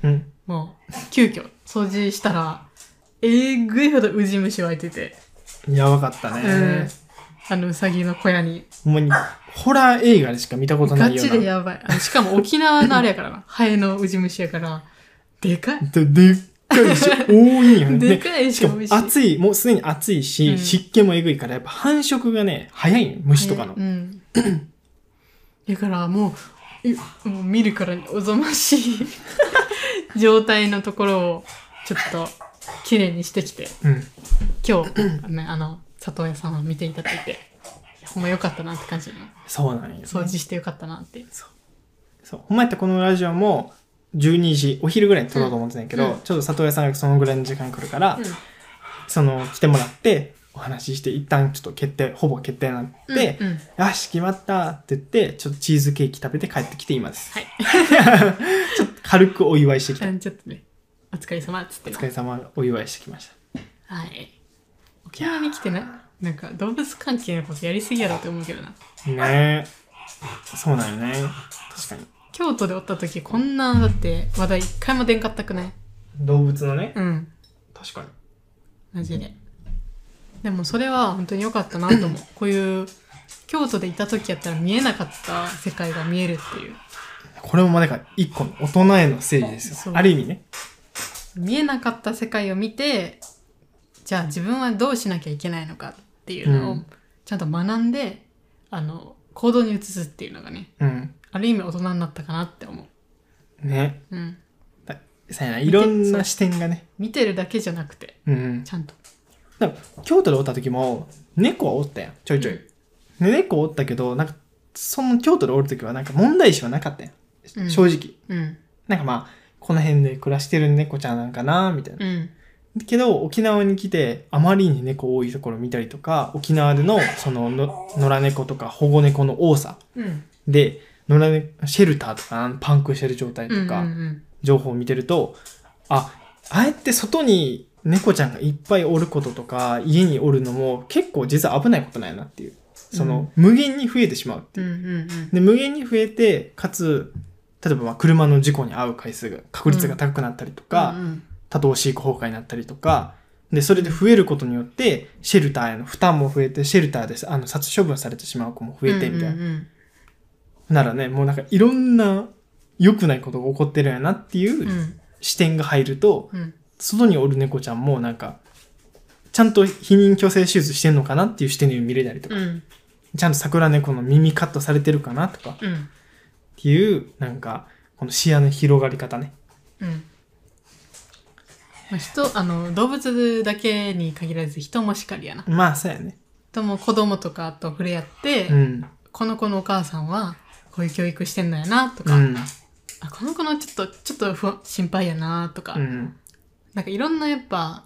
うん。もう急遽掃除したらえぐいほどウジ虫湧いてて、やばかったね。うん、あのうさぎの小屋にほんまに、ホラー映画でしか見たことなガいようチな。でやばい。あのしかも沖縄のあれや からな。ハエのウジ虫やから、でかい。ででっかいで しょ多いよね。でかいししかも美味しい暑い、もうすでに暑いし、うん湿気もえぐいから、やっぱ繁殖がね、早いの虫とかの。うん。だからもう、いもう見るからにおぞましい状態のところを、ちょっと、綺麗にしてきて、うん。今日、ね、あの、里親さんを見ていただいて、ほんま良かったなって感じの。そうなんよ、ね。掃除して良かったなって。そう。ほんまやったらこのラジオも、 12時お昼ぐらいに撮ろうと思ってたんやけど、うんちょっと里親さんがそのぐらいの時間来るから、その来てもらってお話しして一旦ちょっと決定ほぼ決定なんうで、ん、うんうんよし決まったって言ってちょっとチーズケーキ食べて帰ってきて今です、はい ちょっと軽くお祝いしてきたあちょっとね、お疲れ様っつっておな疲れ様お祝いしてきましたはい。沖縄に来てな、なんか動物関係のことやりすぎやろって思うけどな。ねえそうなのね確かに京都でおった時こんな、だって話題一回も出んかったくない動物のねうん、確かにマジで。でもそれは本当に良かったなと 思う。こういう、京都でいた時やったら見えなかった世界が見えるっていう。これもまあだから一個の大人への整理ですそようある意味ね見えなかった世界を見てじゃあ自分はどうしなきゃいけないのかっていうのうをんちゃんと学んで、あの行動に移すっていうのがねうんある意味大人になったかなって思ねう、うん、さやないろんな視点がね見てるだけじゃなくてうんちゃんとだから京都でおった時も猫はおったやんちょいちょい、で猫おったけどなんかその京都でおる時はなんか問題視はなかったやん、うん正直うんなんかまあこの辺で暮らしてる猫ちゃんなんかなみたいな、うんけど沖縄に来てあまりに猫多いところ見たりとか沖縄でのそのの野良猫とか保護猫の多さうんで野良猫シェルターとかパンクしてる状態とうんか、うん情報を見てるとああえて外に猫ちゃんがいっぱいおることとか家におるのも結構実は危ないことなんやなっていうその、無限に増えてしまうってういうんうんで無限に増えてかつ例えばまあ車の事故に遭う回数が確率が高くなったりとか、うんうん多動飼育崩壊になったりとかでそれで増えることによってシェルターへの負担も増えてシェルターであの殺処分されてしまう子も増えてみたいな、うんうんならねもうなんかいろんな良くないことが起こってるんやなっていううん視点が入ると、うん外におる猫ちゃんもなんかちゃんと避妊去勢手術してんのかなっていう視点で見れたりとか、うんちゃんと桜猫の耳カットされてるかなとかっうんていうなんかこの視野の広がり方ねうんまあ人あの動物だけに限らず人もしかりやなまあそうやねとも子供とかと触れ合って、うんこの子のお母さんはこういう教育してんのやなとうか、んあこの子のちょっとちょっと不安心配やなとか、うんなんかいろんなやっぱ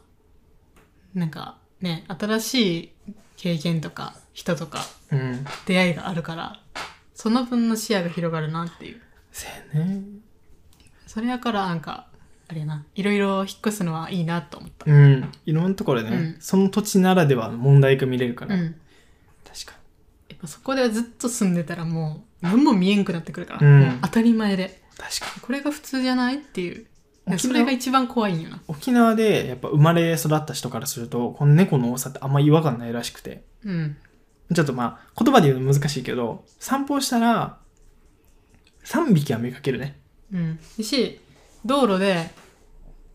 なんかね新しい経験とか人とかうん出会いがあるからその分の視野が広がるなっていうそうやねそれやからなんかあれやないろいろ引っ越すのはいいなと思った、うんいろんなところでね、うんその土地ならではの問題が見れるかうら、ん、確かにやっぱそこでずっと住んでたらもう何も見えんくなってくるから、うんもう当たり前で確かこれが普通じゃないっていうにそれが一番怖いんよな。沖縄でやっぱ生まれ育った人からするとこの猫の多さってあんま違和感ないらしくてうん。ちょっとまあ、言葉で言うの難しいけど、散歩したら、3匹は見かけるね。うん。し、道路で、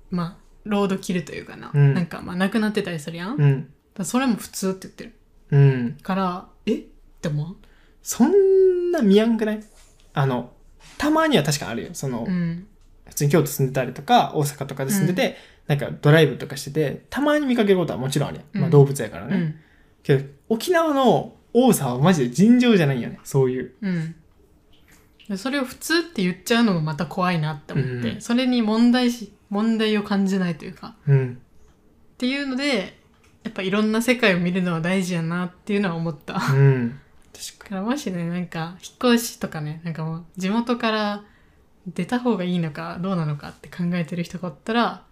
まあ、ロード切るというかな。うんなんか、まあ、なくなってたりするやん。だかうん。らそれも普通って言ってる。うん。から、えって思そんな見やんくないあの、たまには確かあるよ。その、ううん。普通に京都住んでたりとか、大阪とかで住んでて、なんかドライブとかしてて、たまに見かけることはもちろんあるやん。まうあん動物やからうね。ん。けど、沖縄の多さはマジで尋常じゃないよね。そういう。うん。でそれを普通って言っちゃうのもまた怖いなって思って、うんそれに問題し、問題を感じないというか。うん。っていうので、やっぱいろんな世界を見るのは大事やなっていうのは思った。 うん。確かだからもしねなんか引っ越しとかねなんかもう地元から出た方がいいのかどうなのかって考えてる人がおったら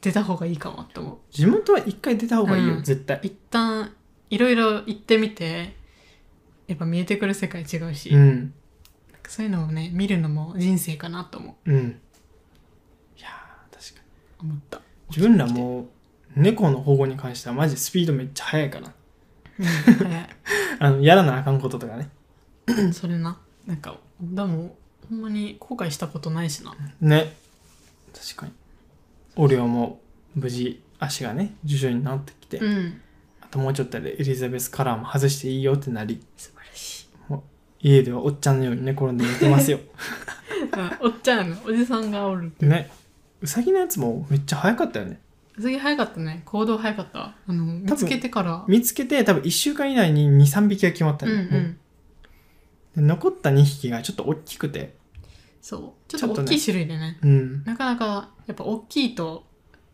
出た方がいいかもって思うに。地元は一回出た方がいいよ、うん絶対。一旦いろいろ行ってみてやっぱ見えてくる世界違うし、うん。そういうのをね見るのも人生かなともうん。いやー、確かに。思 った自分らもう猫の保護に関してはマジスピードめっちゃ速いからはあのやらなあかんこととかねいそれななんかでもほんまに後悔したことないしなね確かにオレオも無事足がね徐々になってきて、うんあともうちょっとでエリザベスカラーも外していいよってなり素晴らしい家ではおっちゃんのようにね転んで寝てます ようんおっちゃんのおじさんがおるねうさぎのやつもめっちゃ早かったよねすげえ早かったね行動早かったわあの見つけてから見つけて多分1週間以内に23匹が決まったうんようね、んで残った2匹がちょっと大きくてそう。ちょっと大きい種類でね。うん。なかなか、やっぱ大きいと、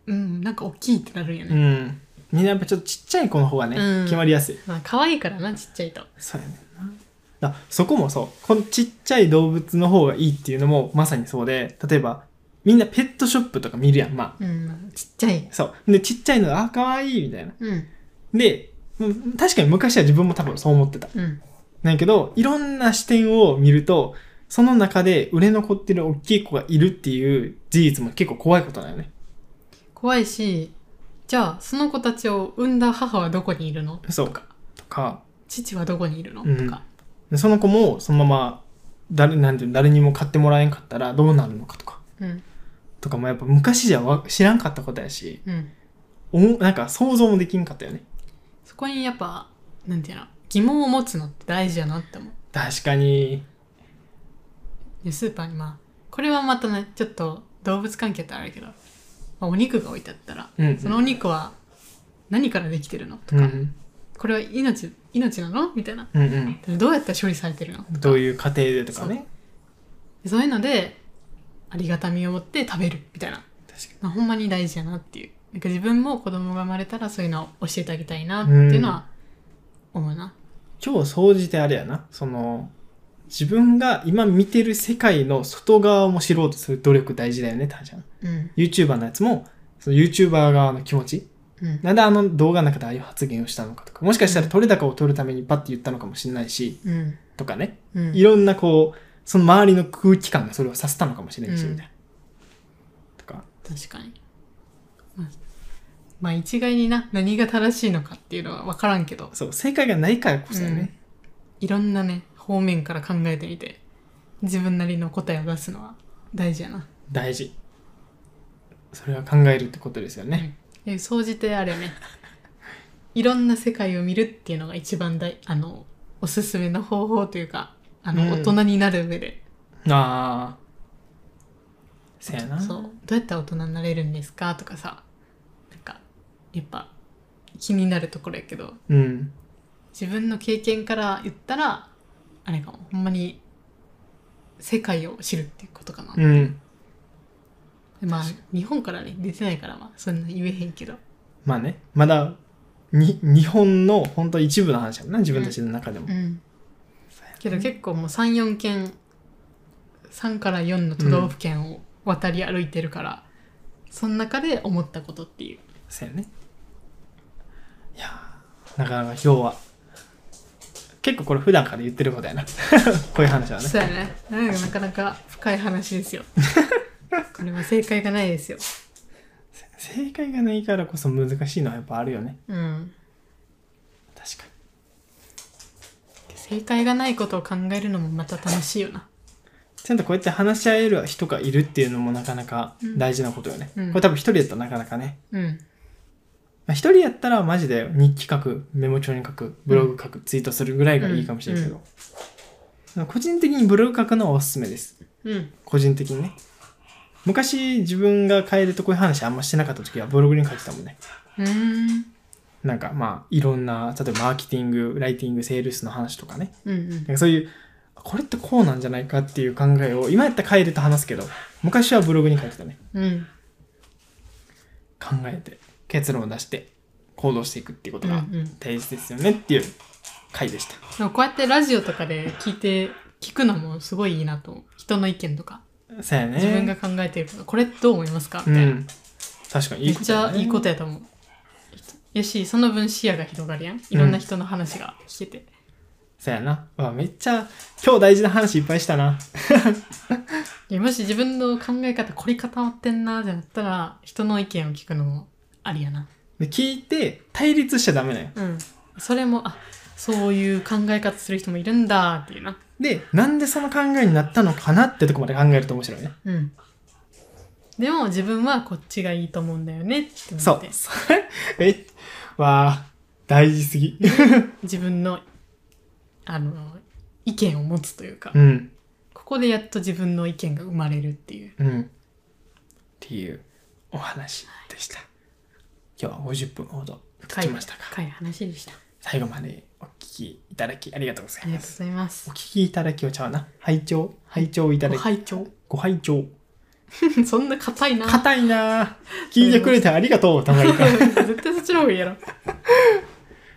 うん、なんか大きいってなるようね。ん。みんなやっぱちょっとちっちゃい子の方がね、うん決まりやすい。まあ、可愛いからな、ちっちゃいと。そうやねんな。だそこもそう。このちっちゃい動物の方がいいっていうのもまさにそうで、例えば、みんなペットショップとか見るやん、まうん、ちっちゃいあ。。そう。で、ちっちゃいの、あ、かわいい、みたいな。うん、で、うん確かに昔は自分も多分そう思ってた。うん、なんやけど、いろんな視点を見ると、その中で売れ残ってる大きい子がいるっていう事実も結構怖いことだよね。怖いしじゃあその子たちを産んだ母はどこにいるのそうか。とか、父はどこにいるの、うんとかその子もそのまま誰、なんていうの誰にも買ってもらえんかったらどうなるのかとか。うんとかもやっぱ昔じゃわ知らんかったことやし、うんおもなんか想像もできんかったよね。そこにやっぱなんていうの疑問を持つのって大事やなって思う確かに。でスーパーにまあこれはまたねちょっと動物関係ってあるけど、まあ、お肉が置いてあったら、うんそのお肉は何からできてるのとうか、ん。これは命命なのみたいなうんうん。どうやって処理されてるのどういう過程でとかね。でそういうのでありがたみを持って食べるみたいな確かに。まあ、ほんまに大事やなっていうなんか自分も子供が生まれたらそういうのを教えてあげたいなっていうのは思うな今日総じてあれやな。その、自分が今見てる世界の外側も知ろうとする努力大事だよね、ターちゃん。うん、 YouTuber のやつも、その YouTuber 側の気持ち。うんなんであの動画の中でああいう発言をしたのかとか。もしかしたら撮れ高を取るためにパッて言ったのかもしれないし、うんとかね。うんいろんなこう、その周りの空気感がそれをさせたのかもしれないし、うんみたいな。とか。確かにまあ、まあ、一概にな何が正しいのかっていうのは分からんけど、そう、正解がないからこそだようんね。いろんなね方面から考えてみて自分なりの答えを出すのは大事やな大事。それは考えるってことですよね。で総じてあれやねいろんな世界を見るっていうのが一番大あのおすすめの方法というかあの、うん大人になる上でああ。せやな。そうどうやったら大人になれるんですかとかさなんかやっぱ気になるところやけどうん。自分の経験から言ったらあれかもほんまに世界を知るっていうことかな、うん。でまあ日本からね出てないからまあそんな言えへんけどまあね、まだ、に、日本の本当一部の話やもんな、自分たちの中でも。うんそうやなけど結構もう34件3から4の都道府県を渡り歩いてるから、その中で思ったことっていうそうやね。いやーなかなか今日は、結構これ普段から言ってることやな。 こういう話はね。そうやね。なんかなかなか深い話で すよ。これは正解がないですよ。正解がないからこそ難しいのはやっぱあるよね。うん。確かに。正解がないことを考えるのもまた楽しいよな。ちゃんとこうやって話し合える人がいるっていうのもなかなか大事なことよね。うんこれ多分一人やったらなかなかね。うん。まあ一人やったらマジで日記書く、メモ帳に書く、ブログ書く、ツイートするぐらいがいいかもしれないけど。個人的にブログ書くのはおすすめです。うん。個人的にね。昔自分が帰るとこういう話あんましてなかった時はブログに書いてたもんね。うーん。なんかまあいろんな、例えばマーケティング、ライティング、セールスの話とかね。うんうんなんかそういう、これってこうなんじゃないかっていう考えを、今やったら変えると話すけど、昔はブログに書いてたね。うん。考えて、結論を出して、行動していくっていうことがうんうん大事ですよねっていう回でした。でもこうやってラジオとかで聞いて、聞くのもすごいいいなと思う。人の意見とか、そうやね。自分が考えてること、これどう思いますかうみたいな。ん。確かにいいめっことちやゃね、いいことやと思う。やし、その分視野が広がるやん。いろんな人の話が聞けて。そうやな。うわ、めっちゃ、今日大事な話いっぱいしたな。いやもし自分の考え方凝り固まってんなじゃなったら人の意見を聞くのもありやなで、聞いて、対立しちゃダメだよ。うんそれもあそういう考え方する人もいるんだっていうなで、なんでその考えになったのかなってとこまで考えると面白いね。うんでも自分はこっちがいいと思うんだよねって思そうって。それ、え、わー、大事すぎ。自分のあの意見を持つというか、うん。ここでやっと自分の意見が生まれるっていううん。っていうお話でした。今日は50分ほど経深いちましたが、深い話でした最後までお聞ききいただきありがとうございありがまとうごす。ざいますお。聞きいただきをちゃうな。拝聴拝聴いただき、拝聴 ご拝聴そんな硬いな。硬いなぁ聞いてくれてありがとう、た まりか。絶対そっちの方がいいやろ。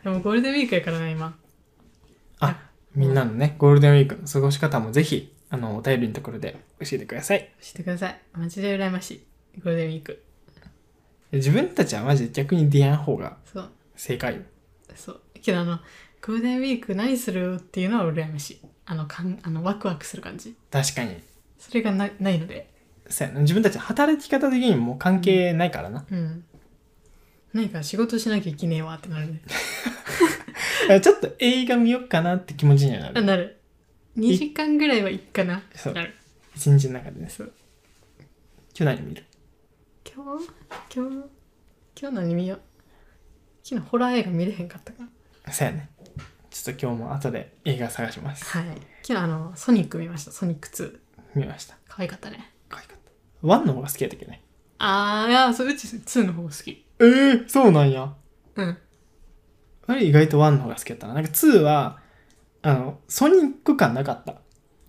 でもゴールデンウィークやからな、今。あ、みんなのね、ゴールデンウィークの過ごし方もぜひ、あの、お便りのところで教えてください。教えてください。マジで羨ましい。ゴールデンウィーク。自分たちはマジで逆に出会う方がそう。正解よ。そう。けどあの、ゴールデンウィーク何するっていうのは羨ましい。あの、かんあのワクワクする感じ。確かに。それがなないので。そうやな自分たち働き方的にもう関係ないからな。うん。何か仕事しなきゃいけねえわってなるね。 ちょっと映画見よっかなって気持ちにはなある。なる。2時間ぐらいはいっかな。そうなる。一日の中でね。そう。今日何見る今日今日今日何見よう昨日ホラー映画見れへんかったから。そうやね。ちょっと今日も後で映画探します。はい。昨日あの、ソニック見ました。ソニック2。見ました。可愛かったね。可愛かった。ワンの方が好きやったけどね。あー、いや、そう、うち2の方が好き。ええそうなんや。うん。あれ意外とワンの方が好きやったな。なんかツーは、あの、ソニック感なかった。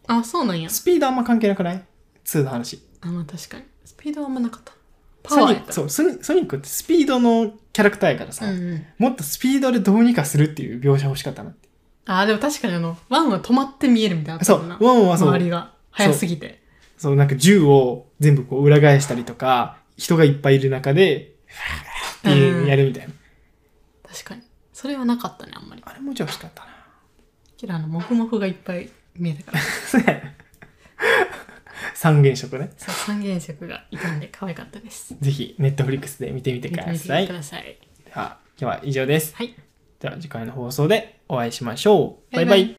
あ、そうなんや。スピードあんま関係なくないツーの話。あ、まあ確かに。スピードはあんまなかった。パソワーニやック、った。そう、ソニソニックってスピードのキャラクターやからさ、うんうん。もっとスピードでどうにかするっていう描写欲しかったなって。あー、でも確かにあの、1は止まって見えるみたいなのあったそもう、んな。ワンはそう周、りが。早すぎて。そう、なんか銃を全部こう裏返したりとか、人がいっぱいいる中で、っていうやるみたいな。確かに。それはなかったね、あんまり。あれもちょっと欲しかったな。けどあの、もふもふがいっぱい見えた から。そうやね三原色ね。そう、三原色がいたんで可愛かったです。ぜひ、ネットフリックスで見てみてく見てだみさてい。くでださい。は、今日は以上です。はい。では、次回の放送でお会いしましょう。バイバイ。バイバイ